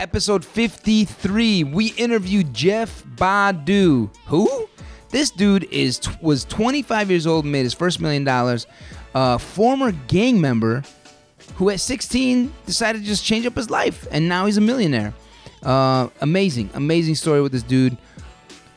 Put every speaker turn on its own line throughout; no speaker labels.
episode 53, we interviewed Jeff Badu. Who? This dude is was 25 years old, made his first million dollars, a former gang member who at 16 decided to just change up his life, and now he's a millionaire. Uh, amazing, amazing story with this dude.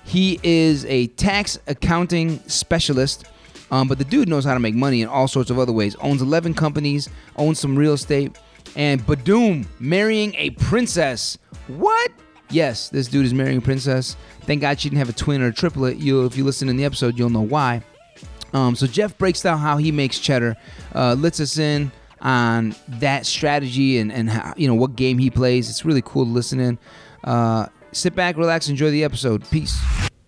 He is a tax accounting specialist, um, but the dude knows how to make money in all sorts of other ways. Owns 11 companies, owns some real estate, and Badoom marrying a princess. What? Yes, this dude is marrying a princess. Thank God she didn't have a twin or a triplet. You, if you listen in the episode, you'll know why. Um, so Jeff breaks down how he makes cheddar, uh, lets us in on that strategy and and how, you know what game he plays. It's really cool to listen in. Uh, sit back, relax, enjoy the episode. Peace.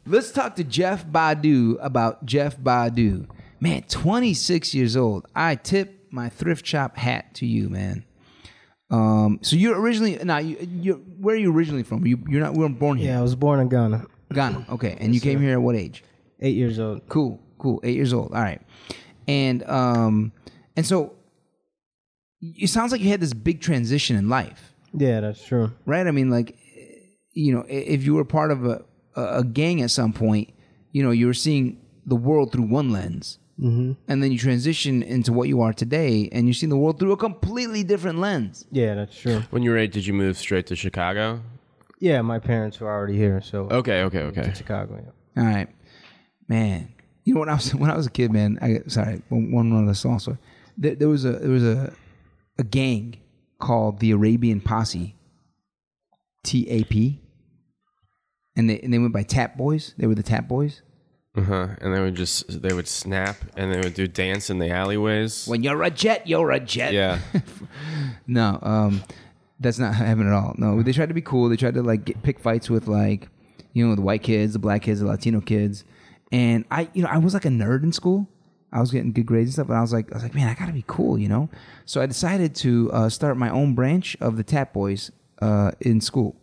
Let's talk to Jeff Badu about Jeff Badu. Man, 26 years old. I tip my thrift shop hat to you, man. Um, so you're originally now you you where are you originally from? You you're not we weren't born here.
Yeah, I was born in Ghana,
Ghana. Okay, and you came here at what age?
eight years old.
cool cool eight years old all right and um and so it sounds like you had this big transition in life
Yeah, that's true.
right i mean like you know i- if you were part of a a a gang at some point you know you were seeing the world through one lens mm-hmm. and then you transition into what you are today and you're seeing the world through a completely different lens
Yeah, that's true.
When you were eight, did you move straight to Chicago?
Yeah, my parents were already here, so
Okay, okay, okay.
Chicago. Yeah.
All right, man. You know when I was when I was a kid, man. I sorry, one one of the songs. so There, there was a there was a a gang called the Arabian Posse, T A P, and they and they went by Tap Boys. They were the Tap Boys.
Uh huh. And they would just they would snap and they would do dance in the alleyways.
When you're a jet, you're a jet.
Yeah.
No, um, that's not happening at all. No, they tried to be cool. They tried to like get, pick fights with like, you know, the white kids, the black kids, the Latino kids, and I, you know, I was like a nerd in school. I was getting good grades and stuff, but I was like, I was like, man, I gotta be cool, you know. So I decided to uh, start my own branch of the Tap Boys uh, in school,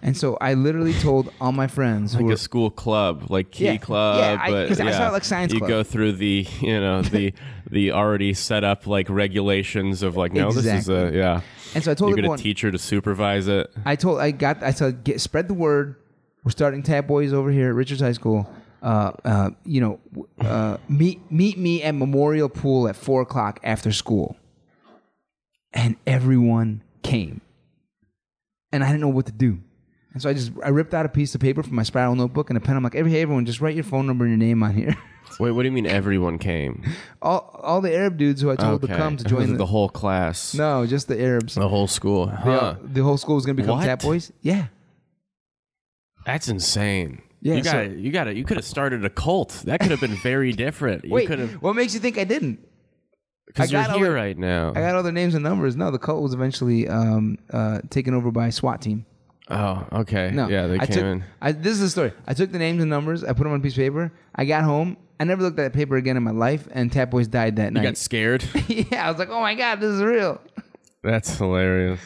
and so I literally told all my friends who
Like
were
a school club, like key
Yeah.
club,
Yeah, I-
but
'cause I
yeah,
saw, like, science
You
club.
go through the, you know, the the already set up like regulations of like, no, this is
Exactly.
a yeah.
and so I told
You get a
everyone,
teacher to supervise it.
I told I got I said get, spread the word. We're starting Tap Boys over here at Richards High School. Uh, uh, you know, w- uh, meet meet me at Memorial Pool at four o'clock after school, and everyone came, and I didn't know what to do, and so I just I ripped out a piece of paper from my spiral notebook and a pen. I'm like, every hey everyone, just write your phone number and your name on here.
Wait, what do you mean everyone came?
all all the Arab dudes who I told to come to
Was
join
it the, whole class,
no, just the Arabs.
the whole school.
They
Huh.
all- the whole school was gonna become
What?
Tap Boys. Yeah.
That's insane.
Yeah,
you
so-
got to you got to you could have started a cult. That could have been very different. You
Wait,
could have
what makes you think I didn't?
because
I
you're
got all
here
the-
right now.
I got all their names and numbers. No, the cult was eventually um, uh, taken over by SWAT team.
oh, okay.
No,
yeah, they
I
came
took,
in.
I, this is the story. I took the names and numbers. I put them on a piece of paper. I got home. I never looked at that paper again in my life. And Tap Boys died that
You got
night.
scared.
yeah, I was like, oh my god, this is real.
That's hilarious.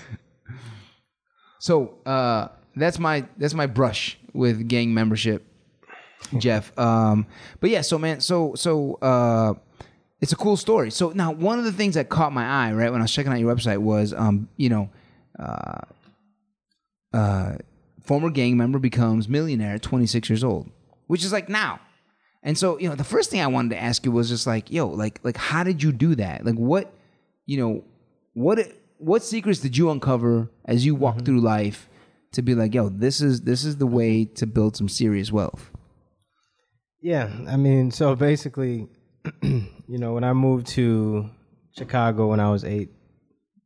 So uh, that's my that's my brush with gang membership, Jeff. Um, but yeah, so man, so so uh, it's a cool story. So now one of the things that caught my eye right when I was checking out your website was, um, you know, uh, uh, former gang member becomes millionaire at 26 years old, which is like now. And so you know, the first thing I wanted to ask you was just like, yo, like like how did you do that? Like what, you know, what what secrets did you uncover as you walk through life to be like, yo, this is this is the way to build some serious wealth?
Yeah, I mean, so basically, you know, when I moved to Chicago when I was eight,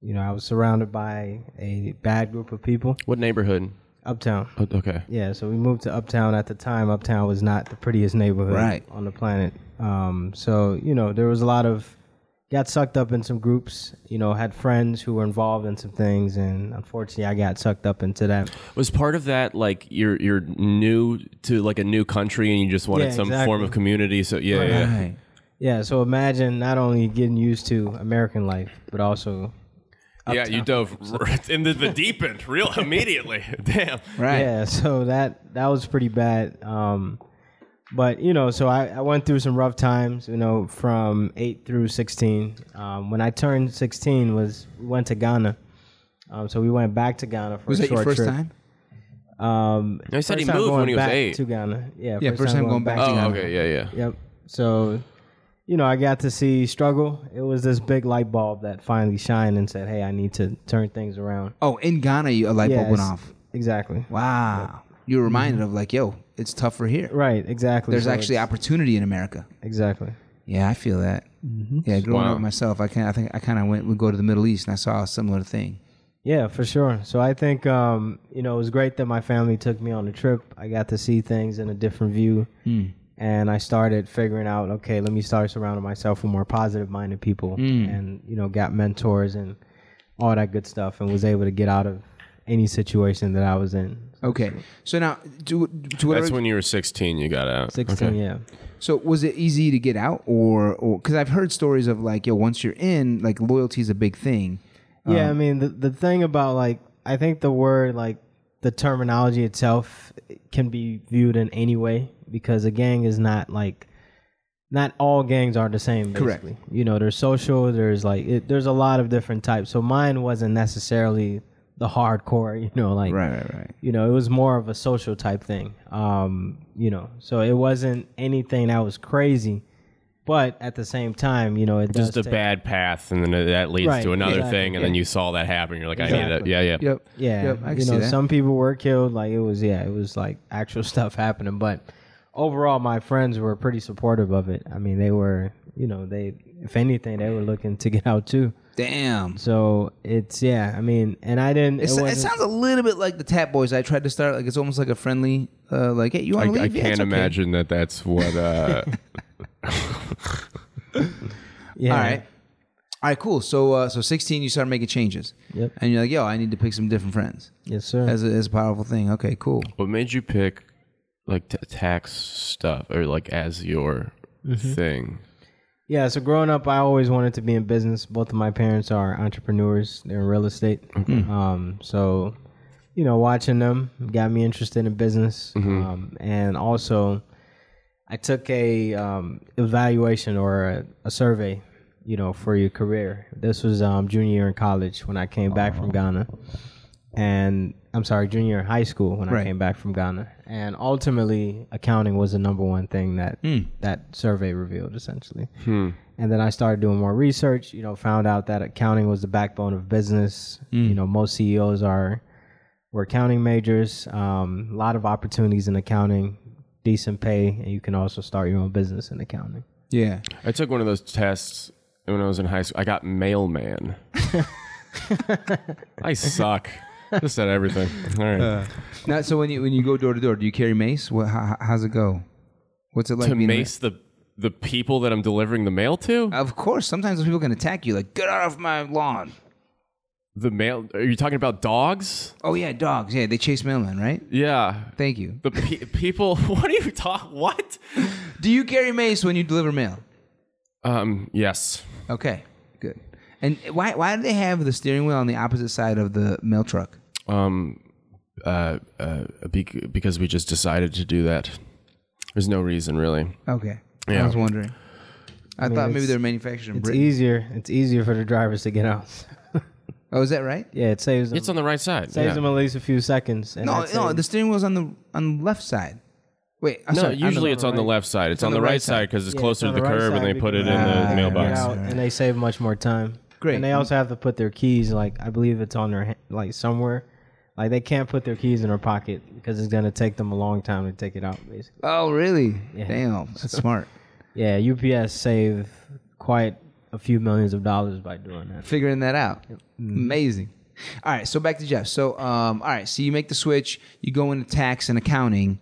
you know, I was surrounded by a bad group of people.
What neighborhood?
Uptown.
Oh, okay.
Yeah, so we moved to Uptown. At the time, Uptown was not the prettiest neighborhood
Right.
on the planet. Um, so you know, there was a lot of got sucked up in some groups. You know, had friends who were involved in some things, and unfortunately, I got sucked up into that.
Was part of that like you're you're new to like a new country and you just wanted
Yeah,
some
exactly.
form of community? So yeah, yeah.
Right.
Yeah, so imagine not only getting used to American life, but also
Yeah, you dove right into the deep end real immediately. Damn.
Right.
yeah so that that was pretty bad um but you know so I, I went through some rough times you know from 8 through 16 um, when i turned 16 was we went to ghana Um, so we went back to Ghana for
Was
a
that
short
your first
trip.
time?
Um,
No, he said
first
he
time
moved
going
when he was
back
eight.
to Ghana. Yeah,
Yeah, first time going back to
Oh,
Ghana.
okay, yeah, yeah.
Yep. So, you know, I got to see struggle. It was this big light bulb that finally shined and said, "Hey, I need to turn things around."
Oh, in Ghana, you, a light bulb went
Yes,
off.
Exactly.
Wow. You were reminded of like, yo, it's tougher here.
Right. Exactly.
There's
So
actually
it's-
opportunity in America. Mm-hmm.
exactly.
Yeah, I feel that. Yeah, growing
Wow.
up myself, I can I think I kind of went would go to the Middle East and I saw a similar thing.
Yeah, for sure. So I think um, you know it was great that my family took me on the trip. I got to see things in a different view, and I started figuring out, okay, let me start surrounding myself with more positive-minded people, and you know, got mentors and all that good stuff, and was able to get out of any situation that I was in.
Okay, so now to to
That's
whatever,
when you were 16. You got out.
Sixteen, yeah.
so was it easy to get out or or because I've heard stories of like yo once you're in like loyalty is a big thing. Um,
Yeah, I mean the the thing about like I think the word like the terminology itself can be viewed in any way because a gang is not like not all gangs are the same
Correct.
basically. You know, there's social, there's like it, there's a lot of different types. So mine wasn't necessarily the hardcore, you know, like
Right, right, right.
you know, it was more of a social type thing. Um, you know, so it wasn't anything that was crazy. But at the same time, you know, it
Just
does
a
take-
bad path, and then that leads
Right,
to another
exactly,
thing, and then you saw that happen. You're like, I need that.
Exactly.
Yeah, yeah.
Yep.
Yeah,
Yep, I can
you
see
know,
that.
some people were killed. Like it was, yeah, it was like actual stuff happening. But overall, my friends were pretty supportive of it. I mean, they were, you know, they, if anything, they were looking to get out too.
Damn.
So it's, yeah, I mean, and I didn't.
It's,
it,
it
wasn't-
sounds a little bit like the Tap Boys. I tried to start like it's almost like a friendly, uh, like hey, you
I,
want to leave?
I
Yeah,
can't
it's okay.
imagine that that's what. Uh,
yeah,
All right, all right, cool. So, uh, so 16, you start making changes,
Yep.
and you're like, yo, I need to pick some different friends.
yes, sir.
As a, as a powerful thing. Okay, cool.
what made you pick like t- tax stuff or like as your
Mm-hmm.
thing?
yeah. So growing up, I always wanted to be in business. Both of my parents are entrepreneurs. They're in real estate. Um, so you know, watching them got me interested in business. Um, and also, I took a um, evaluation or a, a survey, you know, for your career. This was um, junior year in college when I came back from Ghana, and I'm sorry, junior year in high school when I
Right.
came back from Ghana. And ultimately, accounting was the number one thing that that survey revealed, essentially. And then I started doing more research. You know, found out that accounting was the backbone of business. You know, most CEOs are we're accounting majors. Um, a lot of opportunities in accounting, decent pay, and you can also start your own business in accounting.
Yeah.
I took one of those tests when I was in high school. I got mailman. I suck. Just at everything. All right.
Uh, Now, so when you when you go door to door, do you carry mace? What? How, how's it go? What's it like?
to
being a ma-
mace the the people that I'm delivering the mail to.
Of course, sometimes people can attack you. Like, get out of my lawn.
The mail? Are you talking about dogs?
Oh yeah, dogs. Yeah, they chase mailmen, right?
Yeah.
Thank you.
The pe- people. What are you talk? What?
Do you carry mace when you deliver mail?
Um. Yes.
Okay, good. And why why do they have the steering wheel on the opposite side of the mail truck?
Um. Uh. uh bec- because we just decided to do that. There's no reason really.
Okay, I
Yeah.
was wondering. I, thought maybe
it's-
they're manufactured in
It's
Britain.
easier. It's easier for the drivers to get out.
Oh, is that right?
yeah, it saves them.
It's on the right side.
saves
yeah.
them at least a few seconds. And
No,
that's
no,
it.
the steering wheel's on the on the left side. Wait, I'm
No,
sorry, on the
usually
left.
it's on the left side. It's on the right side because it's
Yeah,
closer to
on
the
right side
curb, and they
we
put
can
it in
get
Ah,
the
out,
mailbox.
right.
and they save much more time.
Great.
And they also have to put their keys like I believe it's on their ha- like somewhere. Like they can't put their keys in their pocket because it's gonna take them a long time to take it out. Basically.
Oh, really? Damn, that's smart.
Yeah, UPS save quite a few millions of dollars by doing that.
Figuring that out. Mm-hmm. Amazing. All right, so back to Jeff. So, um, all right, so you make the switch. You go into tax and accounting,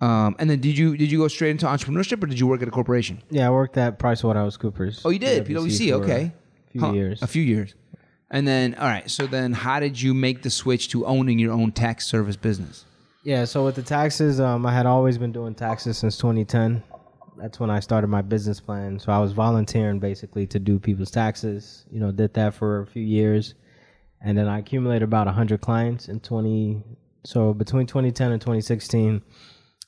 um, and then did you did you go straight into entrepreneurship or did you work at a corporation?
Yeah, I worked at PricewaterhouseCoopers.
Oh, you did PwC.
PwC for
Okay,
a few
Huh,
years.
A few years, and then all right. So then, how did you make the switch to owning your own tax service business?
Yeah, so with the taxes, um, I had always been doing taxes since 2010. That's when I started my business plan. So I was volunteering basically to do people's taxes. You know, did that for a few years, and then I accumulated about 100 clients in 20. So between 2010 and 2016,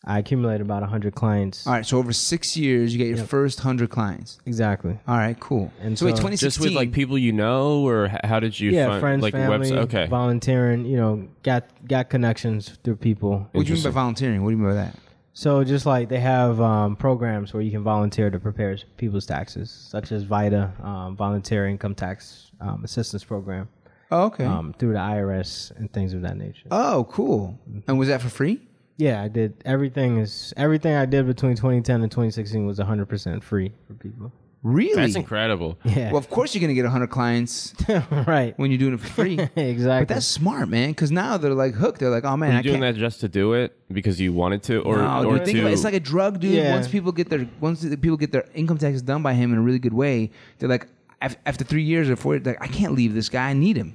I accumulated about 100 clients.
All right, so over six years, you get your first hundred clients.
Exactly.
All right, cool.
And
so, wait,
so-
2016.
Just with like people you know, or h- how did you?
Yeah,
find,
friends,
like
family,
website. Okay,
volunteering, you know, got got connections through people.
what do you mean by volunteering? What do you mean by that?
So just like they have um, programs where you can volunteer to prepare people's taxes, such as VITA, um, Volunteer Income Tax um, Assistance Program,
Oh, okay.
um, through the IRS and things of that nature.
oh, cool. And was that for free?
Yeah, I did everything is everything I did between 2010 and 2016 was 100% free for people.
Really?
that's incredible.
Yeah,
Well, of course you're gonna get hundred clients
right.
when you're doing it for free.
exactly.
But that's smart, man. Because now they're like hooked. They're like, oh man,
Were
I
you doing
can't.
that just to do it because you wanted to, or
No,
or
dude, think
to?
about it. it's like a drug, dude.
Yeah.
Once people get their once the people get their income taxes done by him in a really good way, they're like, af- after three years or four, like I can't leave this guy. I need him.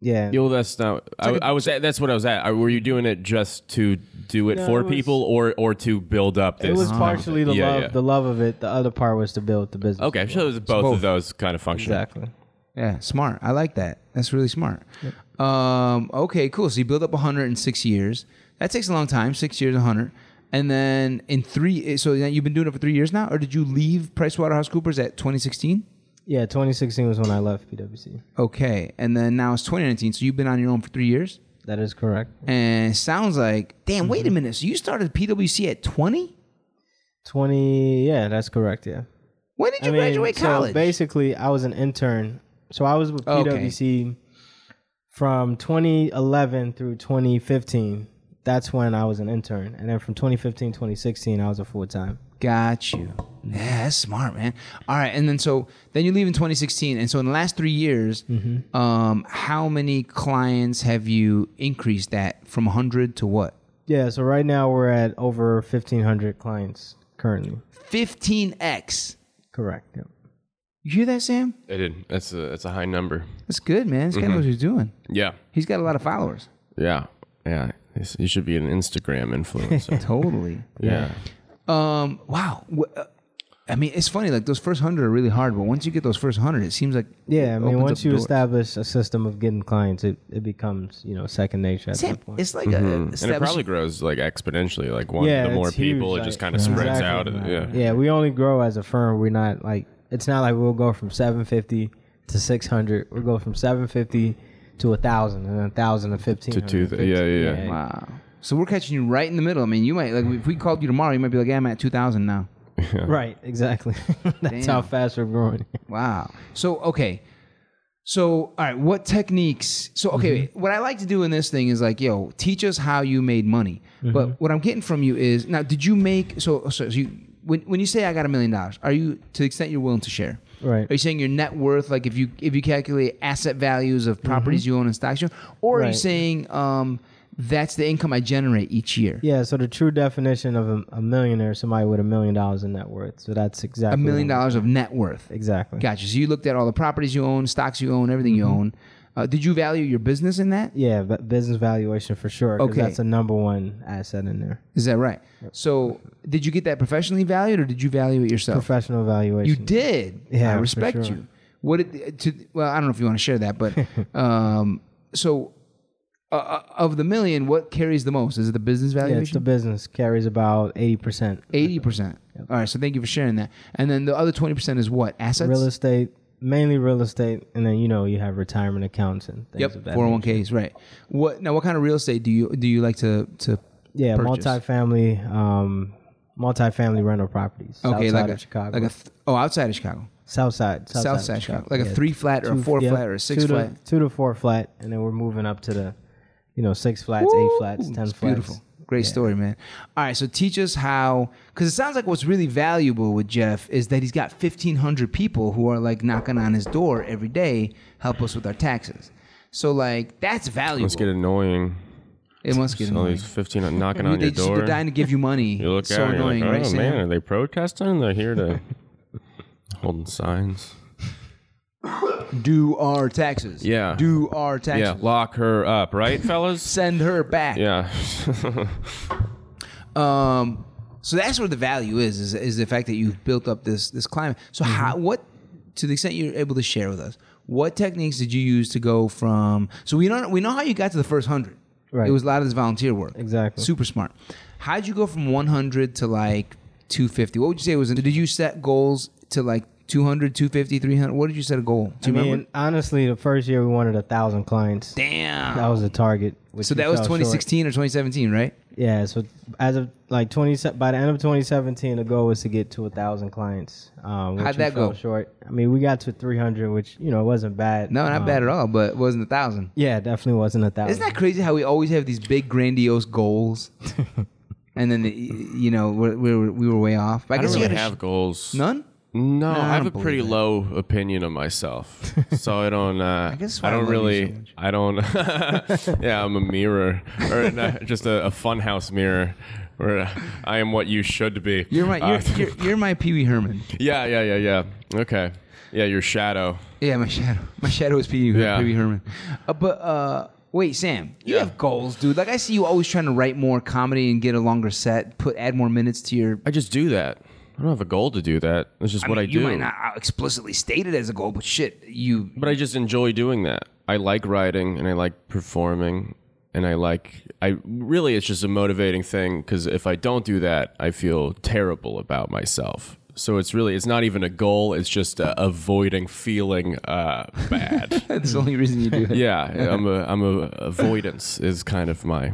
yeah.
Yo, that's not. I I was. At, that's what I was at. I- Were you doing it just to do it
No,
for
it was-
people, or or to build up this? Uh-huh.
it was partially the
Yeah,
love,
yeah.
the love of it. The other part was to build the business.
okay, so it was both,
both.
of those kind of functions.
exactly.
Yeah, smart. I like that. That's really smart. Um, okay, cool. So you build up 100 in six years. That takes a long time. Six years, 100. And then in three, so now you've been doing it for three years now, or did you leave PricewaterhouseCoopers at 2016?
Yeah, 2016 was when I left PwC.
Okay, and then now it's 2019. So you've been on your own for three years,
That is correct.
and it sounds like damn. Wait a
Mm-hmm.
minute. So you started PwC at 20?
20. Yeah, that's correct. Yeah.
When did you
I mean,
graduate
so
college? Oh,
basically, I was an intern. So I was with
Okay.
PwC from 2011 through 2015. That's when I was an intern. And then from 2015, 2016, I was a full time.
Got you.
Mm-hmm.
Yeah, that's smart, man. All right, and then so then you leave in 2016, and so in the last three years,
Mm-hmm.
um, how many clients have you increased that from 100 to what?
Yeah, so right now we're at over 1,500 clients currently.
15x.
Correct. Yeah.
You hear that, Sam?
I did. That's a that's a high number.
That's good, man.
Mm-hmm.
This guy knows what he's doing.
Yeah,
He's got a lot of followers.
yeah, yeah. This- You should be an Instagram influencer.
Totally.
yeah.
Um. Wow. Wh- uh, I mean, it's funny. Like those first hundred are really hard, but once you get those first hundred, it seems like
Yeah,
it
I mean,
opens
once
up
you
doors.
establish a system of getting clients, it, it becomes, you know, second nature at
Sam,
that point.
it's like a
Mm-hmm. And it
establishing-
probably grows like exponentially. Like one,
Yeah,
the more
it's huge,
people, it
like-
just kind of spreads
Exactly.
out. and- Yeah.
Yeah, we only grow as a firm. We're not like it's not like we'll go from 750 to 600. We'll go from 750 to a thousand, and a thousand to fifteen.
two th- yeah, yeah, yeah.
Wow. So we're catching you right in the middle. I mean, you might like if we called you tomorrow, you might be like, yeah, "I'm at 2,000 now."
Right, exactly. That's how
Damn.
fast we're growing.
Wow. So okay. So all right, what techniques? So okay,
Mm-hmm.
wait, what I like to do in this thing is like, yo, teach us how you made money.
Mm-hmm.
But what I'm getting from you is now, did you make? So so, so you when when you say I got a million dollars, are you to the extent you're willing to share?
Right.
Are you saying your net worth, like if you if you calculate asset values of properties you own and stocks you own, or are you
Mm-hmm. Right.
saying um, that's the income I generate each year?
Yeah. So the true definition of a, a millionaire is somebody with a million dollars in net worth. So that's exactly
a million
what-
dollars of net worth.
Exactly.
Gotcha. So you looked at all the properties you own, stocks you own, everything
Mm-hmm.
you own. Uh, did you value your business in that?
Yeah, but business valuation for sure. 'cause
Okay.
That's a number one asset in there.
Is that right? So did you get that professionally valued, or did you value it yourself?
Professional
Oh. you
valuation.
did.
Yeah,
I
for
respect
sure.
you. What did to? Well, I don't know if you want to share that, but um, so uh, uh, of the million, what carries the most? Is it the business
Yeah, it's the
valuation?
business carries about eighty percent.
Eighty percent. All right. So thank you for sharing that. And then the other twenty percent is what assets.
real estate, mainly real estate, and then you know you have retirement accounts and things
Yep,
of that.
four hundred one ks. Right. What now? What kind of real estate do you do you like to to?
yeah,
purchase.
multifamily, um, multifamily rental properties.
Okay,
south
like
of
a
Chicago,
like a th- oh outside of Chicago,
south side, south,
south
of
side of Chicago, like a three flat or a
Two-
four
yeah,
flat or a six
two to-
flat.
two to four flat, and then we're moving up to the, you know, six flats, eight flats,
Ooh,
ten
it's
flats.
Beautiful. Great story, man. All right, so teach us how, because it sounds like what's really valuable with Jeff is that he's got 1,500 people who are like knocking on his door every day, help us with our taxes. So, like, that's valuable.
Let's get annoying.
it must get
All
annoying.
these fifteen are knocking
Dude,
on
they
your
just,
door.
they're dying to give you money.
You look
it's so
out. and you're
annoying,
like,
right,
oh
Sam?
man, are they protesting? They're here to holding signs.
Do our taxes.
Yeah.
Do our
Yeah,
taxes.
lock her up, right, fellas?
Send her back.
Yeah.
Um, so that's where the value is, is is the fact that you've built up this this climate. So
Mm-hmm.
how what to the extent you're able to share with us, what techniques did you use to go from so we don't we know how you got to the first hundred.
Right.
It was a lot of this volunteer work.
Exactly.
Super smart. How'd you go from 100 to like 250? What would you say was? Did you set goals to like 200, 250, 300? What did you set a goal? Do you
I mean,
remember?
honestly, the first year we wanted a thousand clients.
Damn.
That was the target. which
so
we
that was
fell short.
2016 or 2017, right?
Yeah. So as of like twenty, se- by the end of twenty seventeen, the goal was to get to a thousand clients. Um, which
How'd
we
that
fell
go?
Short. I mean, we got to three hundred, which you know wasn't bad.
No, not
Um,
bad at all, but it wasn't a thousand.
Yeah, definitely wasn't a thousand.
Isn't that crazy how we always have these big grandiose goals, and then the, you know we're, we were we were way off. But I,
I
guess
don't really
you had
have goals.
none.
No,
I
I have
don't
a pretty
believe it.
low opinion of myself, so I don't. Uh, I,
guess why I
don't
love you
really.
so much.
I don't. yeah, I'm a mirror, or no, just a, a funhouse mirror, where I am what you should be.
You're my
Uh,
you're, you're, you're my Pee Wee Herman.
yeah, yeah, yeah, yeah. Okay. Yeah, your shadow.
Yeah, my shadow. My shadow is Pee Wee
Yeah.
Pee Wee Herman. Uh, but uh, wait, Sam, you
Yeah.
have goals, dude. Like I see you always trying to write more comedy and get a longer set, put add more minutes to your.
I just do that. I don't have a goal to do that. That's just what
mean,
I do.
You might not out- explicitly state it as a goal, but shit, you.
But I just enjoy doing that. I like writing and I like performing and I like I really it's just a motivating thing cuz if I don't do that, I feel terrible about myself. So it's really it's not even a goal, it's just uh, avoiding feeling uh, bad.
That's the only reason you do it.
yeah, I'm a I'm a avoidance is kind of my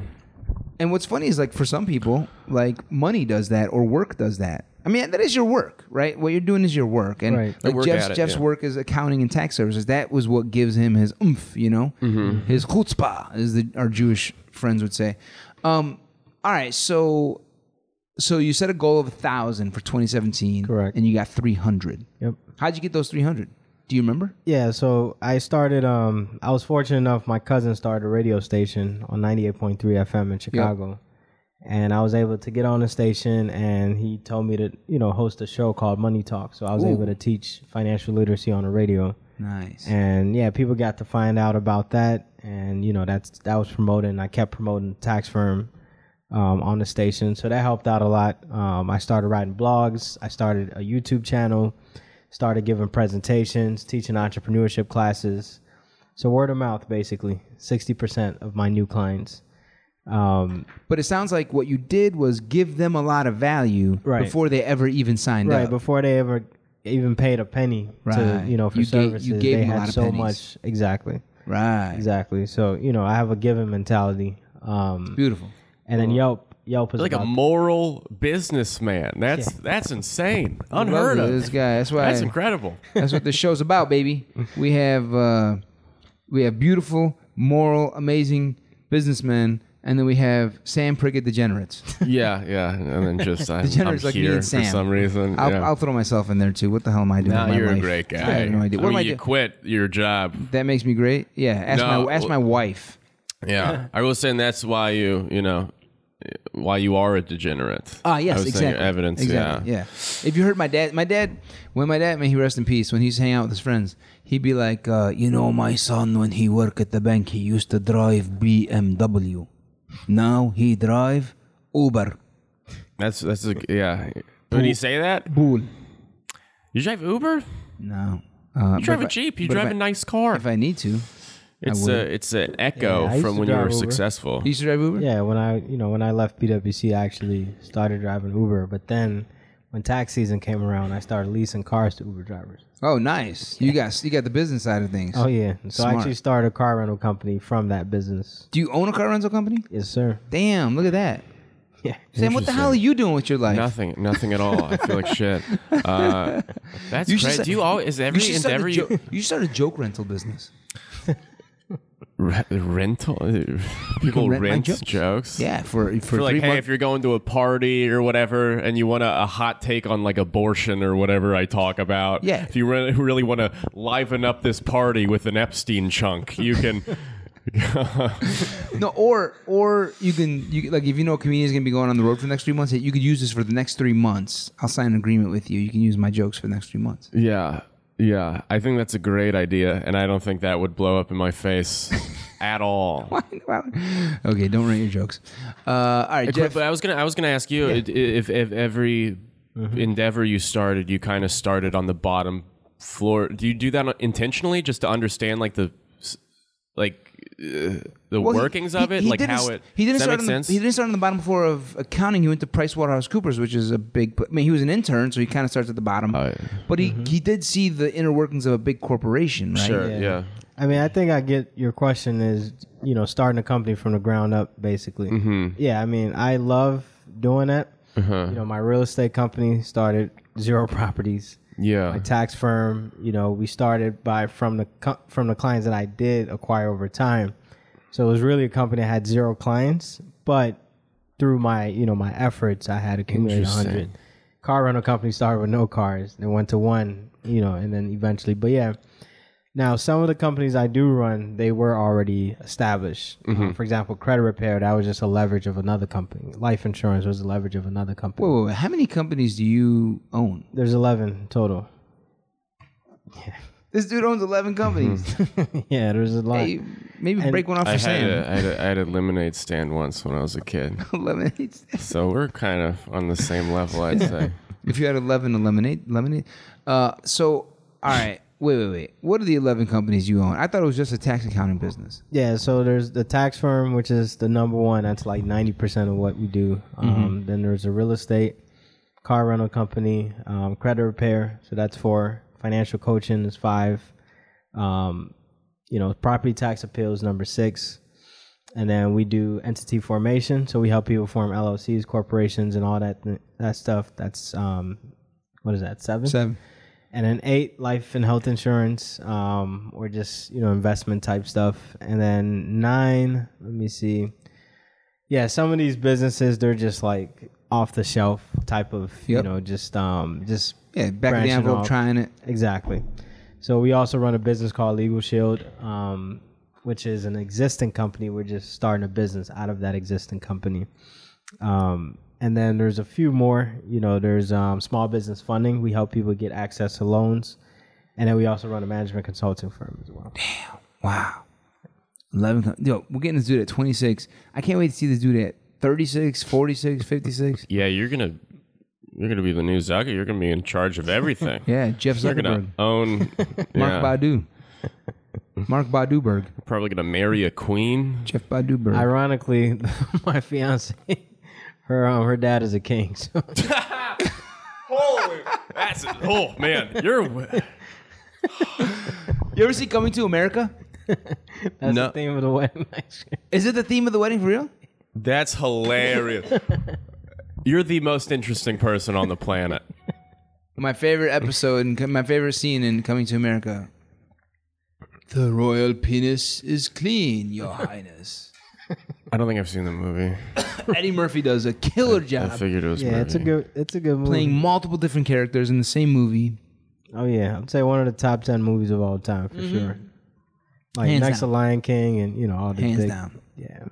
And what's funny is like for some people, like money does that or work does that. I mean, that is your work, right? What you're doing is your work, and
Right.
I
like
work
Jeff's,
at it,
Jeff's
yeah.
work is accounting and tax services. That was what gives him his oomph, you know,
Mm-hmm.
his chutzpah, as the, our Jewish friends would say. Um, all right, so so you set a goal of a thousand for 2017,
Correct.
And you got 300.
Yep.
How'd you get those 300? Do you remember?
Yeah, so I started. Um, I was fortunate enough. My cousin started a radio station on ninety eight point three FM in Chicago, and I was able to get on the station. And he told me to, you know, host a show called Money Talk. So I was
Ooh.
able to teach financial literacy on the radio.
Nice.
And yeah, people got to find out about that, and you know, that's that was promoting. I kept promoting the tax firm um, on the station, so that helped out a lot. Um, I started writing blogs. I started a YouTube channel. Started giving presentations, teaching entrepreneurship classes. So word of mouth, basically, sixty percent of my new clients. Um,
But it sounds like what you did was give them a lot of value
Right.
before they ever even signed
right
up.
before they ever even paid a penny to
Right.
you know for
You gave- you
services,
gave
they
them a
had
lot of
so
pennies.
much exactly.
Right.
Exactly. So you know, I have a giving mentality. Um,
Beautiful.
and then Yelp, Yelp is
like a
about-
moral businessman. That's that's insane. Unheard
Love
of.
This guy. That's why.
That's
That's,
incredible.
what this show's about, baby. We have uh, we have beautiful, moral, amazing businessmen, and then we have Sam Prickett degenerates.
yeah, yeah, and then just I'm, I'm
Degenerates like me
here
and Sam.
for some reason.
I'll,
yeah.
I'll throw myself in there too. What the hell am I doing?
No,
with my
you're a
life?
great guy.
I have no idea.
I
What
mean,
am I
you
doing?
quit your job.
That makes me great. Yeah. Ask
No,
my ask
well-
my wife.
Yeah, I was saying that's why you, you know, why you are a degenerate.
Ah, yes,
I was saying
exactly.
your evidence.
Exactly,
Yeah.
If you heard my dad, my dad, when my dad, may he rest in peace, when he's hanging out with his friends, he'd be like, uh, you know, my son, when he worked at the bank, he used to drive BMW. Now he drive Uber.
that's that's a, yeah. Would he say that?
Bull.
You drive Uber?
No. Uh,
You drive
but if
a
I-
Jeep. You
but if
drive
I-
a nice car.
If I need to.
it's
would.
a it's an echo
Yeah, I used
from
to
when you
drive
were
Uber.
successful.
You used to drive Uber?
Yeah, when I you know when I left PwC, I actually started driving Uber. But then when tax season came around, I started leasing cars to Uber drivers.
Oh, nice. You got you got the business side of things.
Oh yeah, so I
Smart.
actually started a car rental company from that business.
Do you own a car rental company?
Yes, sir.
Damn, look at that.
Yeah.
Sam, what the hell are you doing with your life?
Nothing, nothing at all. I feel like shit. Uh, that's
You
you
should say-
Do you always is
You
every
should, start
endeavor
a
you
jo- you should start a joke rental business.
Re- rental? People
rent
rent,
my jokes.
jokes.
Yeah, for for,
for like,
three
hey,
months.
if you're going to a party or whatever, and you want a, a hot take on like abortion or whatever I talk about,
Yeah.
If you re- really want to liven up this party with an Epstein chunk, you can.
No, or or you can you can- like if you know a comedian's gonna be going on the road for the next three months, you could use this for the next three months. I'll sign an agreement with you. You can use my jokes for the next three months.
yeah, yeah. I think that's a great idea, and I don't think that would blow up in my face at all.
okay, don't rent your jokes. Uh, all right,
Quick,
Jeff.
but I was gonna, I was gonna ask you i- if, if every
Mm-hmm.
endeavor you started, you kind of started on the bottom floor. Do you do that intentionally, just to understand like the, s- like uh, the
Well, he-
workings
he-
of it,
he
like
didn't
how
s-
it.
He didn't
does that
start.
make
on
sense?
The, he didn't start on the bottom floor of accounting. He went to PricewaterhouseCoopers, which is a big. I mean, he was an intern, so he kind of starts at the bottom.
Oh, yeah.
But he he did see the inner workings of a big corporation, right?
Sure. Yeah.
I mean, I think I get your question is, you know, starting a company from the ground up, basically. Yeah, I mean, I love doing that. You know, my real estate company started zero properties.
Yeah.
My tax firm, you know, we started by from the co- from the clients that I did acquire over time. So it was really a company that had zero clients, but through my you know my efforts, I had accumulated a hundred. Car rental company started with no cars, then went to one, you know, and then eventually. But yeah, now, some of the companies I do run, they were already established. Uh,
Mm-hmm.
for example, credit repair, that was just a leverage of another company. Life insurance was a leverage of another company.
Whoa, whoa, whoa. how many companies do you own?
There's 11 total.
This dude owns eleven
Mm-hmm.
companies.
yeah, there's a lot.
Hey, maybe
And
break one off
I
for
had,
Sam.
a, I, had a, I had a lemonade stand once when I was a kid,
lemonade.
so we're kind of on the same level, I'd say.
If you had eleven to lemonade, lemonade. Uh, so all right, wait, wait, wait. What are the eleven companies you own? I thought it was just a tax accounting business.
Yeah, so there's the tax firm, which is the number one. That's like 90% of what we do. Um, Then there's a real estate, car rental company, um, credit repair. So that's four. Financial coaching is five. Um, you know, property tax appeals, number six. And then we do entity formation. So we help people form LLCs, corporations, and all that that stuff. That's, um, what is that, seven?
Seven.
and then eight life and health insurance um, or just you know investment type stuff and then nine let me see yeah some of these businesses they're just like off the shelf type of you
Yep.
know just um just
Yeah, back of the
branching
envelope,
off.
trying it.
Exactly. So we also run a business called Legal Shield, um, which is an existing company. We're just starting a business out of that existing company. Um, and then there's a few more. You know, there's um, small business funding. We help people get access to loans, and then we also run a management consulting firm as well.
Wow. 11. co- Yo, we're getting this dude at 26. I can't wait to see this dude at 36, 46, 56.
Yeah, you're gonna you're gonna be the new Zucker. You're gonna be in charge of everything.
Yeah, Jeff
You're
Zuckerberg.
gonna own. yeah,
Mark Badu. Mark Baduberg.
probably gonna marry a queen.
Jeff Baduberg.
Ironically, my fiance, her um, her dad is a king. So
Holy, that's oh man, you're w-
you ever see Coming to America?
that's
No.
the theme of the wedding. next year.
Is it the theme of the wedding for real?
that's hilarious. You're the most interesting person on the planet.
My favorite episode and my favorite scene in Coming to America. The royal penis is clean, your highness.
I don't think I've seen the movie.
Eddie Murphy does a killer
I
job
figured it was.
yeah, it's a
movie.
good it's a good movie.
playing multiple different characters in the same movie.
Oh yeah, I'd say one of the top ten movies of all time for sure. Like
Hands
next
down.
to Lion King and you know all the
Hands
big,
down.
Yeah,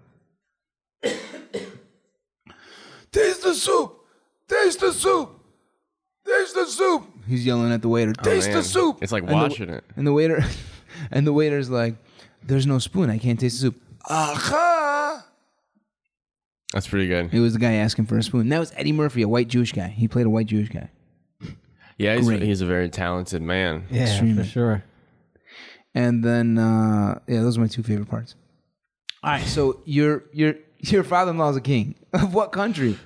Taste the soup! Taste the soup! Taste the soup! He's yelling at the waiter. Taste
Man,
the soup!
It's like
And the-
watching it.
And the waiter, and the waiter's like, "There's no spoon. I can't taste the soup." Aha!
That's pretty good.
It was the guy asking for a spoon. That was Eddie Murphy, a white Jewish guy. He played a white Jewish guy.
Yeah, he's,
Great.
he's a very talented man.
yeah,
Extremely.
for sure.
And then, uh, yeah, those are my two favorite parts. All right, so your your your father-in-law is a king of what country?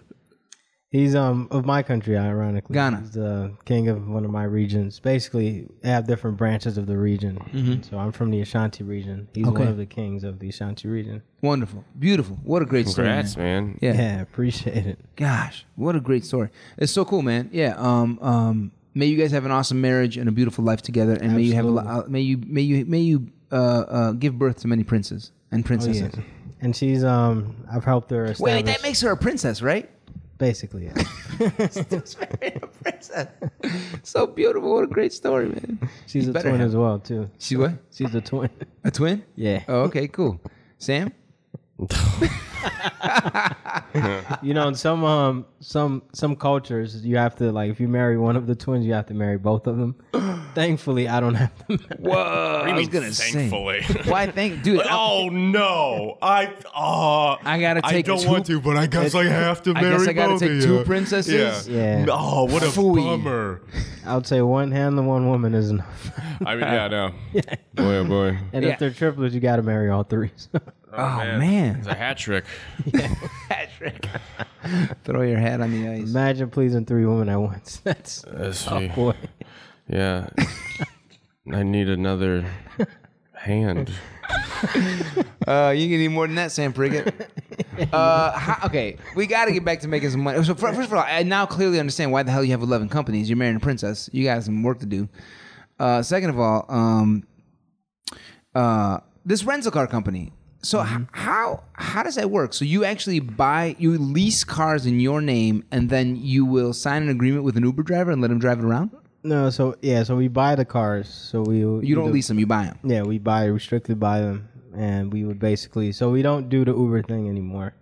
He's um of my country, ironically.
Ghana.
He's the king of one of my regions. Basically, they have different branches of the region. So I'm from the Ashanti region. He's
Okay.
one of the kings of the Ashanti region.
Wonderful, beautiful. What a great story. man.
Congrats, man.
Yeah.
Yeah, appreciate it.
Gosh, what a great story. It's so cool, man. Yeah. Um. Um. May you guys have an awesome marriage and a beautiful life together, and may you have a lo- uh, may you may you may you uh, uh give birth to many princes and princesses.
Oh, Yeah. And she's um I've helped her
Wait,
establish
wait, that makes her a princess, right?
basically yeah.
Just married a princess. so beautiful. What a great story, man.
she's
You
a
better
twin
have-
as well too.
She what?
She's a twin.
A twin?
yeah.
Oh, okay, cool. Sam.
you know, in some um some some cultures, you have to like if you marry one of the twins, you have to marry both of them. Thankfully, I don't have to.
Whoa! I was gonna say.
Thankfully.
Why? Thank, dude. I-
oh no! I uh,
I gotta
I
take
don't
two-
want to, but I guess I have to
I
marry
guess I gotta
both
take
of
two
you.
princesses?
Yeah.
Yeah.
Oh, what a
Phooey.
bummer.
I would say one hand to one woman is enough.
I mean, yeah, I know. boy, oh boy.
And
Yeah.
if they're triplets, you got to marry all three. So,
oh
It's
man!
a hat trick.
Patrick, throw your hat on the ice.
imagine pleasing three women at once. That's
Let's see.
boy.
Yeah. I need another hand.
Uh, you can need more than that, Sam Frigate. Uh, how, okay, we got to get back to making some money. So fir- first of all, I now clearly understand why the hell you have eleven companies. You're marrying a princess. You got some work to do. Uh, second of all, um, uh, this rental car company. So h- how how does that work? So you actually buy you lease cars in your name, and then you will sign an agreement with an Uber driver and let him drive it around.
No, so yeah, so we buy the cars. So we
You don't lease them; you buy them.
Yeah, we buy restricted buy them, and we would basically so we don't do the Uber thing anymore.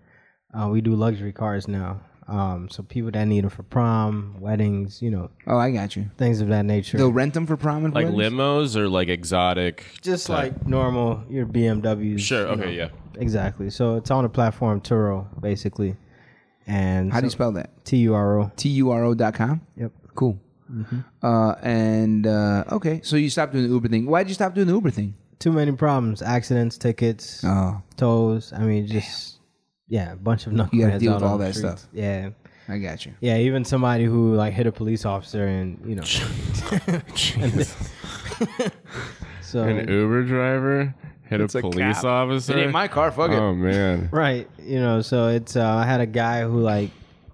Uh, we do luxury cars now. Um, so people that need them for prom, weddings, you know,
Oh, I got you.
things of that nature.
They'll rent them for prom and
Like
weddings?
limos or like exotic?
Just like normal your BMWs.
Sure.
you
Okay.
know.
Yeah.
Exactly. So it's on the platform Turo basically, and
How do you spell that?
T U R O?
T U R O dot com.
Yep.
Cool. Uh, and uh, okay, so you stopped doing the Uber thing. Why would you stop doing the Uber thing?
Too many problems: accidents, tickets,
Oh,
tows. I mean, just yeah, a bunch of knuckleheads.
deal with
out on
all
the
that
streets.
stuff.
Yeah.
I got you.
Yeah, even somebody who like hit a police officer and you know. so
An Uber driver hit a police officer.
car. Fuck
Oh man.
right, you know, so it's uh, I had a guy who like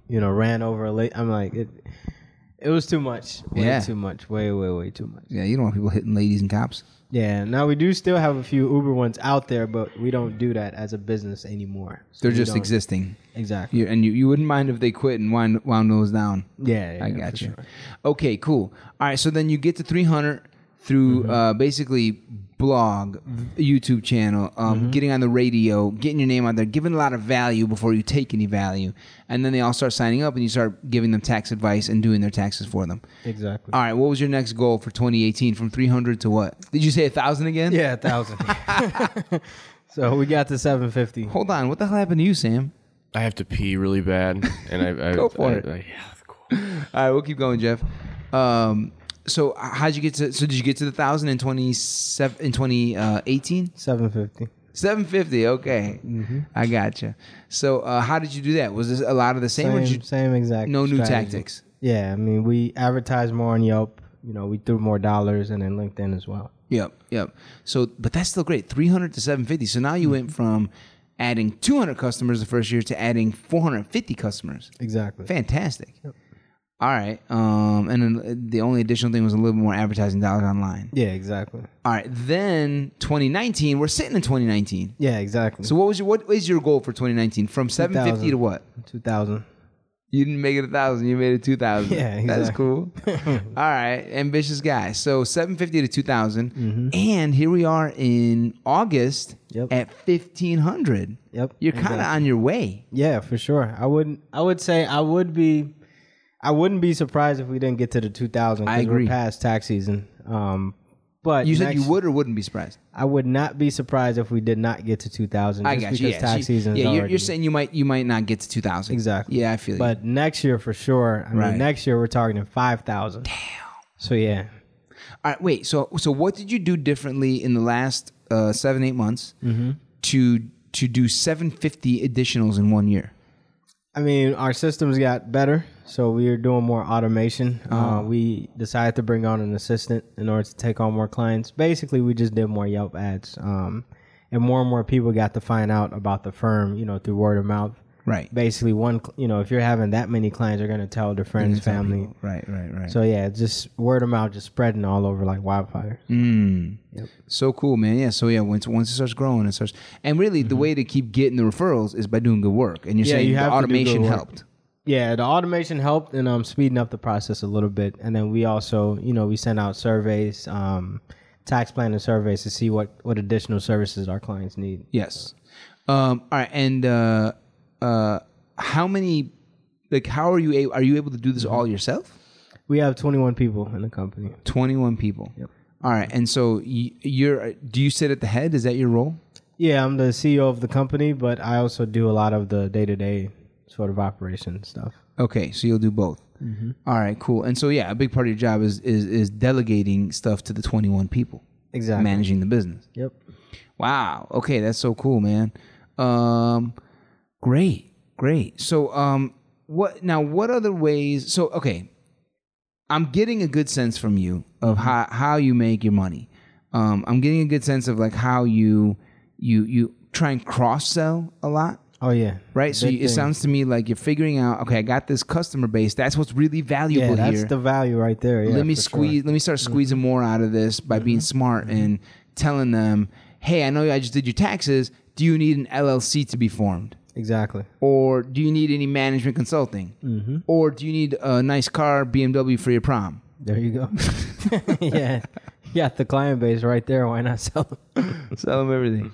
you know ran over a late. I'm like it. It was too much. Way
Yeah.
too much. Way way way too much.
Yeah, you don't want people hitting ladies and cops.
Yeah. Now we do still have a few Uber ones out there, but we don't do that as a business anymore. So
They're
we
just
don't-
existing.
Exactly.
You, and you, you wouldn't mind if they quit and wind wound those down.
Yeah. yeah
I
for
got you.
sure.
Okay, cool. All right, so then you get to 300 through
Mm-hmm.
uh, basically blog, YouTube channel, um,
Mm-hmm.
getting on the radio, getting your name out there, giving a lot of value before you take any value, and then they all start signing up, and you start giving them tax advice and doing their taxes for them.
Exactly.
All right, what was your next goal for 2018? From 300 to what? Did you say a thousand again?
Yeah, a thousand. so we got to seven fifty.
Hold on, what the hell happened to you, Sam?
I have to pee really bad, and I, I
Go for
I-
it.
I- yeah, of course.
All right, we'll keep going, Jeff. Um, so h- how'd you get to? So did you get to the thousand in 27 in uh, 2018?
Seven fifty.
Seven fifty. Okay,
Mm-hmm.
I gotcha. So, uh, how did you do that? Was this a lot of the same, or
Same,
did you
same exact.
no new
strategy.
tactics?
Yeah, I mean, we advertised more on Yelp. You know, we threw more dollars and then LinkedIn as well.
Yep, yep. So, but that's still great. Three hundred to seven fifty. So
Mm-hmm.
now you went from adding two hundred customers the first year to adding four hundred and fifty customers.
Exactly.
Fantastic. All right, um, and then the only additional thing was a little bit more advertising dollars online.
Yeah, exactly.
All right, then 2019, we're sitting in 2019.
Yeah, exactly.
So what was your what is your goal for 2019? From 750 to
2,000.
what?
two thousand.
You didn't make it a thousand. You made it two thousand.
Yeah,
that's
exactly.
cool. All right, ambitious guy. So seven fifty to two and here we are in August
Mm-hmm. Yep.
at fifteen hundred.
Yep.
You're kind of on your way.
Yeah, for sure. I wouldn't. I would say I would be. I wouldn't be surprised if we didn't get to the two thousand.
I agree.
We're past tax season. Um, but
You said
next-
you would or wouldn't be surprised.
I would not be surprised if we did not get to two thousand.
I got
because
you. Yeah,
tax
she- yeah
season. is
you're,
already-
you're saying you might you might not get to two thousand.
Exactly.
Yeah, I feel you.
But next year for sure. I mean,
Right.
next year we're targeting five thousand. Damn. So yeah,
All right, wait. So, so what did you do differently in the last uh, seven, eight months
Mm-hmm.
to to do seven fifty additionals in one year?
I mean, our systems got better, so we are doing more automation. Uh, we decided to bring on an assistant in order to take on more clients. Basically, we just did more Yelp ads, um, and more and more people got to find out about the firm, you know, through word of mouth.
Right.
Basically, one, cl- you know, if you're having that many clients, you're gonna tell their friends, family.
Right. Right. Right.
So yeah, just word of mouth, just spreading all over like wildfire.
So cool, man. Yeah. So yeah, once once it starts growing, it starts. And really, the way to keep getting the referrals is by doing good work. And you're
Mm-hmm. Yeah,
saying
you
the
have to do
automation
good work.
helped.
Yeah, the automation helped and um speeding up the process a little bit. And then we also, you know, we sent out surveys, um, tax plan and surveys to see what, what additional services our clients need.
Yes. Um, all right, and uh, uh, how many? Like, how are you? A- are you able to do this
Mm-hmm.
all yourself?
We have 21 people in the company.
Twenty-one people.
Yep.
All right, and so y- you're. Do you sit at the head? Is that your role?
Yeah, I'm the CEO of the company, but I also do a lot of the day to day sort of operation stuff.
Okay, so you'll do both.
Mm-hmm.
All right, cool. And so yeah, a big part of your job is is is delegating stuff to the twenty-one people,
Exactly.
managing the business.
Yep.
Wow. Okay, that's so cool, man. Um, great, great. So, um, what now? What other ways? So, okay, I'm getting a good sense from you of
Mm-hmm.
how how you make your money. Um, I'm getting a good sense of like how you you you try and cross sell a lot.
Oh yeah.
Right, so
Big
you, it
thing.
sounds to me like you're figuring out. Okay, I got this customer base. That's what's really valuable
Yeah, that's
here
the value right there. Yeah,
let me
for sure.
squeeze let me start squeezing more out of this by being smart and telling them hey i know i just did your taxes do you need an llc to be formed
Exactly.
or do you need any management consulting mm-hmm. or do you need a nice car bmw for your prom
There you go. yeah. You got the client base right there. Why not sell?
sell them everything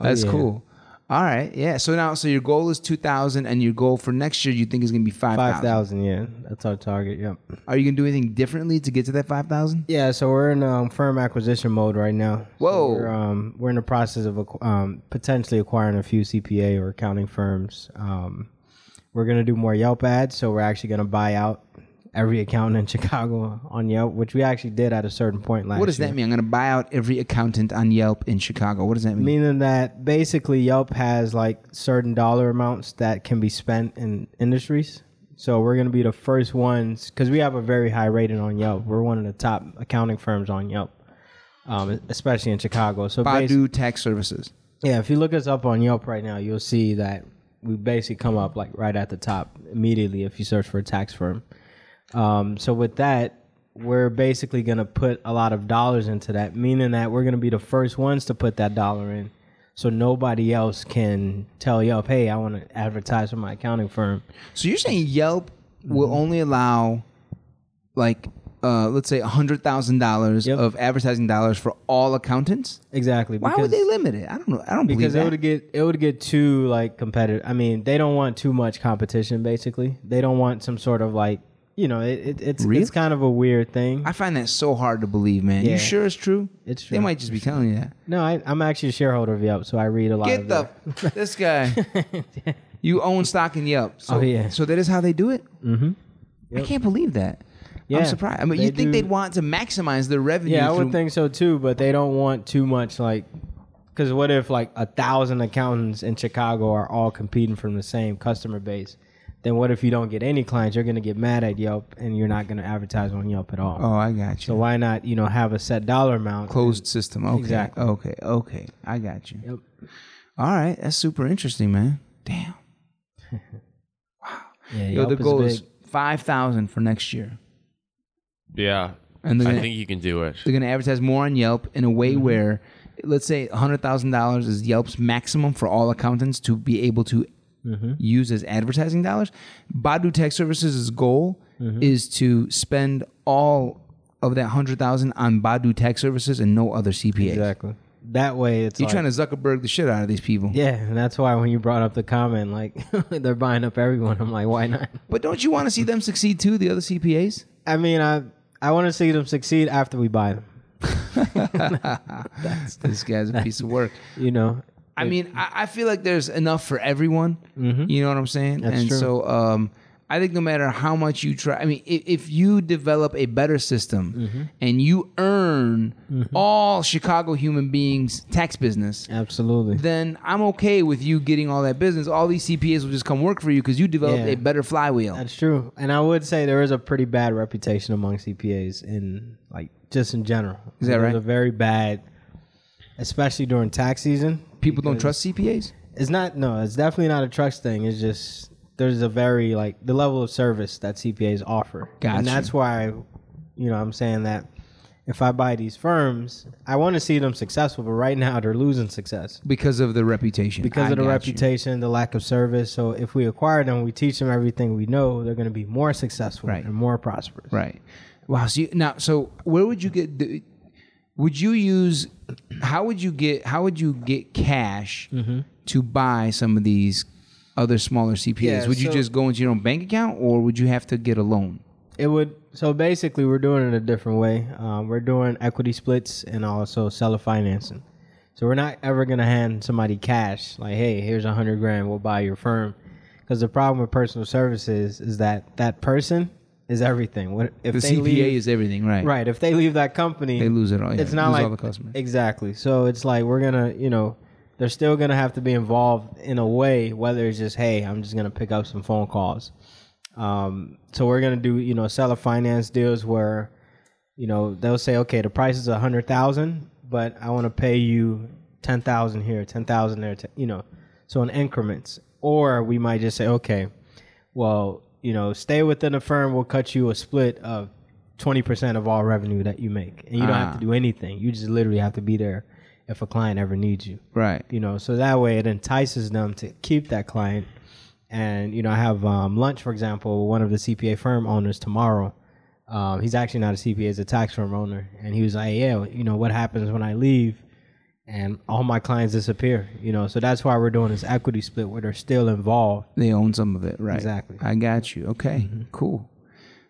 that's
yeah.
cool Oh, all right yeah so now so your goal is 2000 and your goal for next year you think is going to be 5000
Five thousand. Yeah, that's our target. Yep.
are you going to do anything differently to get to that 5000
Yeah. So we're in um, firm acquisition mode right now. So
Whoa.
we're, um, we're in the process of acqu- um, potentially acquiring a few CPA or accounting firms. Um, we're gonna do more Yelp ads. So we're actually gonna buy out every accountant in Chicago on Yelp, which we actually did at a certain point last.
what does
year.
that mean i'm going to buy out every accountant on yelp in chicago what does that mean
meaning that basically Yelp has like certain dollar amounts that can be spent in industries. So we're gonna be the first ones because we have a very high rating on Yelp. We're one of the top accounting firms on Yelp, um, especially in Chicago. So basi-
badu tax services
yeah, if you look us up on Yelp right now, you'll see that we basically come up like right at the top immediately if you search for a tax firm. Um, so with that, we're basically gonna put a lot of dollars into that, meaning that we're gonna be the first ones to put that dollar in. So nobody else can tell Yelp, hey, I want to advertise for my accounting firm.
So you're saying Yelp
Mm-hmm.
will only allow, like, uh, let's say hundred thousand dollars
Yep.
of advertising dollars for all accountants?
Exactly.
Why would they limit it? I don't know. I don't believe
because it
that.
would get it would get too like competitive. I mean, they don't want too much competition. Basically, they don't want some sort of like you know it, it, it's
Really?
it's kind of a weird thing.
I find that so hard to believe, man. You
Yeah.
sure it's true?
It's
They
true.
might just be telling you that.
no, I, I'm actually a shareholder of Yelp, so I read a lot.
Get
of
the this guy. You own stock in Yelp. So,
Oh, yeah.
So that is how they do it. Mm-hmm. I can't believe that.
Yeah,
I'm surprised. I mean,
they
you think
do-
they'd want to maximize their revenue?
Yeah, I
through,
would think so too, but they don't want too much like. Because what if like a thousand accountants in Chicago are all competing from the same customer base? Then what if you don't get any clients? You're gonna get mad at Yelp, and you're not gonna advertise on Yelp at all.
Oh, I got you.
So why not you know have a set dollar amount?
closed system. Okay.
Exactly.
Okay. Okay. I got you. All right. That's super interesting, man. Damn.
Yeah,
Yo, the
Yelp
goal
big.
is five thousand for next year,
Yeah.
and they're
I
gonna,
think you can do it.
they're gonna advertise more on Yelp in a
Mm-hmm.
way where, let's say, hundred thousand dollars is Yelp's maximum for all accountants to be able to
Mm-hmm.
use as advertising dollars. Badu Tech Services' goal
Mm-hmm.
is to spend all of that hundred thousand on Badu Tech Services and no other CPA.
Exactly. That way, it's
You're
like,
trying to Zuckerberg the shit out of these people.
Yeah, and that's why when you brought up the comment, like they're buying up everyone, I'm like, why not?
But don't you want to see them succeed too, the other CPAs?
I mean, I I want to see them succeed after we buy them.
This guy's a piece of work.
You know,
I mean, I, I feel like there's enough for everyone. You know what I'm saying?
Mm-hmm. That's
and
true.
so um, I think no matter how much you try, I mean, if, if you develop a better system
Mm-hmm.
and you earn all Chicago human beings' tax business,
absolutely.
then I'm okay with you getting all that business. All these CPAs will just come work for you because you developed
Yeah.
a better flywheel.
That's true. And I would say there is a pretty bad reputation among CPAs in like just in general.
Is that right?
There's a very bad especially during tax season.
People don't trust CPAs.
It's not no, it's definitely not a trust thing. It's just there's a very like the level of service that CPAs offer.
Gotcha.
And that's why you know, I'm saying that if I buy these firms, I want to see them successful, but right now they're losing success
Because of the reputation.
because
I
of the
got you.
reputation, the lack of service. So if we acquire them, we teach them everything we know, they're going to be more successful
Right.
and more prosperous.
Right. Wow. So you, now, so where would you get? The, would you use? How would you get? How would you get cash
Mm-hmm.
to buy some of these other smaller CPAs?
Yeah,
would you
so-
just go into your own bank account, or would you have to get a loan?
It would. So basically, we're doing it a different way. Um, we're doing equity splits and also seller financing. So we're not ever gonna hand somebody cash like, "Hey, here's a hundred grand. We'll buy your firm." Because the problem with personal services is that that person is everything. What if
The
they
CPA
leave,
is everything, right?
right? If they leave that company,
They lose it all. Yeah,
it's not
lose
like
all the customers.
exactly. So it's like we're gonna, you know, they're still gonna have to be involved in a way. Whether it's just, hey, I'm just gonna pick up some phone calls. Um, so we're gonna do, you know, seller finance deals where, you know, they'll say, okay, the price is a hundred thousand, but I want to pay you ten thousand here, ten thousand there, 10, you know, so in increments. Or we might just say, okay, well, you know, stay within the firm. We'll cut you a split of twenty percent of all revenue that you make, and you don't have to do anything. You just literally have to be there if a client ever needs you
Right.
you know so that way it entices them to keep that client and you know i have um, lunch for example with one of the cpa firm owners tomorrow um, he's actually not a cpa he's a tax firm owner and he was like yeah you know what happens when i leave and all my clients disappear you know so that's why we're doing this equity split where they're still involved
They own some of it, right?
Exactly. Mm-hmm.
I got you. Okay, cool.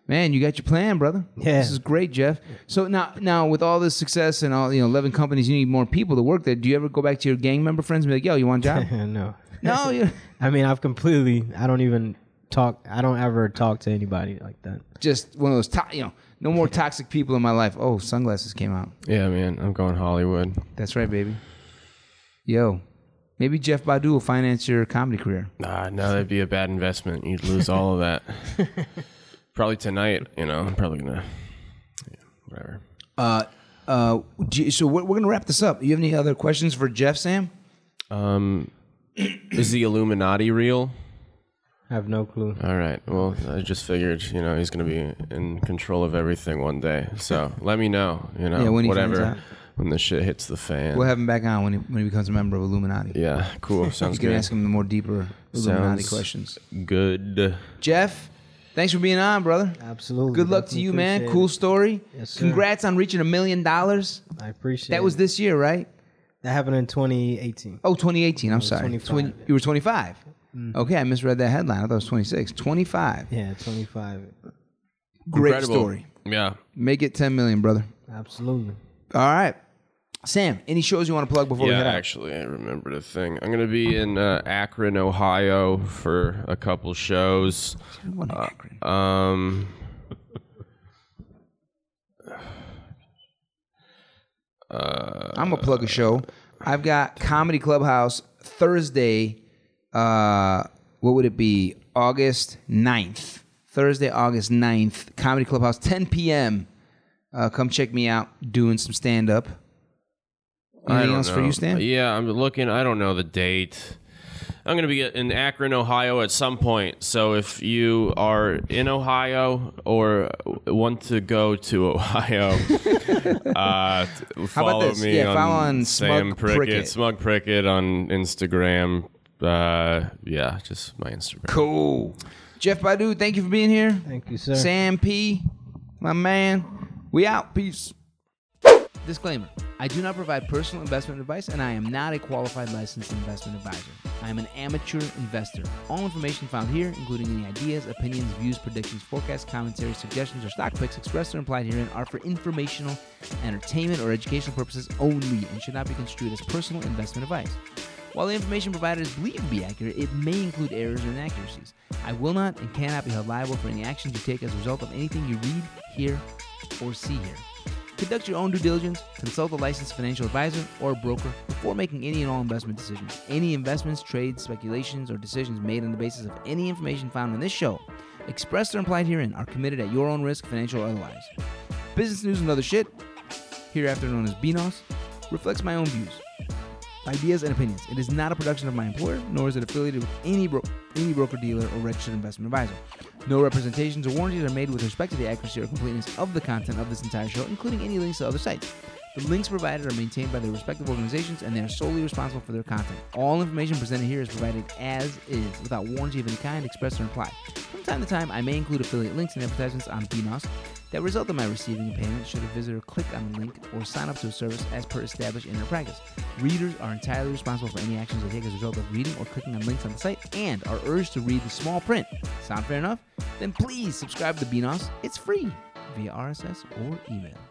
Man, you got your plan, brother.
Yeah.
This is great, Jeff. So now now with all this success and all, you know, 11 companies, you need more people to work there. Do you ever go back to your gang member friends and be like, "Yo, you want a job?"
no
no, you
i mean i've completely i don't even talk i don't ever talk to anybody like that
just one of those, to- you know, no more toxic people in my life. Oh, sunglasses came out.
Yeah, man, I'm going Hollywood.
That's right, baby. Yo, maybe Jeff Badu will finance your comedy career.
Nah, no, that'd be a bad investment. You'd lose all of that. probably tonight, you know. I'm probably gonna, yeah, whatever.
Uh uh, do you- so we're, we're gonna wrap this up. You have any other questions for Jeff, Sam?
Um, is the Illuminati real?
i have no clue
All right. Well, I just figured, you know, he's gonna be in control of everything one day. So let me know, you know,
Yeah, when he
whatever,
finds out.
when the shit hits the fan.
We'll have him back on when he, when he becomes a member of Illuminati.
yeah, cool. Sounds
You can
good.
ask him the more deeper Illuminati
Sounds-
questions.
good.
Jeff, thanks for being on, brother.
absolutely
Good luck to
Definitely
you, man.
appreciate
Cool
it.
story.
Yes, sir.
Congrats on reaching a million dollars.
i appreciate
That was
it.
this year, right?
that happened in 2018
Oh, 2018. I'm sorry.
25.
Twen- you were 25. Okay, I misread that headline. I thought it was 26. 25.
Mm. Yeah, 25.
Great
Incredible.
story.
Yeah.
Make it 10 million, brother.
Absolutely.
All right. Sam, any shows you want to plug before we
yeah,
head out?
actually, I remembered a thing. I'm gonna be in uh, Akron, Ohio, for a couple shows.
I want
uh,
Akron.
Um,
I'm gonna
Uh,
plug a show. I've got Comedy Clubhouse Thursday. Uh, what would it be? August 9th. Thursday, August 9th. Comedy Clubhouse, 10 p.m. Uh, come check me out doing some stand up.
I
Anything
don't
else for
know. Uh,
you, Stan?
Yeah, I'm looking. I don't know the date. I'm going to be in Akron, Ohio at some point. So if you are in Ohio or want to go to Ohio, uh, t- follow
this?
me
Yeah,
on,
follow on
Sam
Smug Prickett.
Smug Prickett on Instagram. Uh, yeah, just my Instagram.
Cool. Jeff Badu, thank you for being here.
Thank you, sir.
Sam P, my man. We out. Peace. Disclaimer I do not provide personal investment advice, and I am not a qualified licensed investment advisor. I am an amateur investor. All information found here, including any ideas, opinions, views, predictions, forecasts, commentary, suggestions, or stock picks expressed or implied herein, are for informational, entertainment, or educational purposes only and should not be construed as personal investment advice. While the information provided is believed to be accurate, it may include errors or inaccuracies. I will not and cannot be held liable for any actions you take as a result of anything you read, hear, or see here. Conduct your own due diligence, consult a licensed financial advisor or broker before making any and all investment decisions. Any investments, trades, speculations, or decisions made on the basis of any information found in this show, expressed or implied herein, are committed at your own risk, financial or otherwise. Business news and other shit, hereafter known as BNOS, reflects my own views ideas and opinions. It is not a production of my employer, nor is it affiliated with any bro- any broker dealer or registered investment advisor. No representations or warranties are made with respect to the accuracy or completeness of the content of this entire show, including any links to other sites. The links provided are maintained by their respective organizations and they are solely responsible for their content. All information presented here is provided as is, without warranty of any kind, expressed or implied. From From time to time, I may include affiliate links and advertisements on BNOS that result in my receiving a payment should a visitor click on the link or sign up to a service as per established in their practice. Readers are entirely responsible for any actions they take as a result of reading or clicking on links on the site and are urged to read the small print. Sound fair enough? Then please subscribe to BNOS. It's free via RSS or email.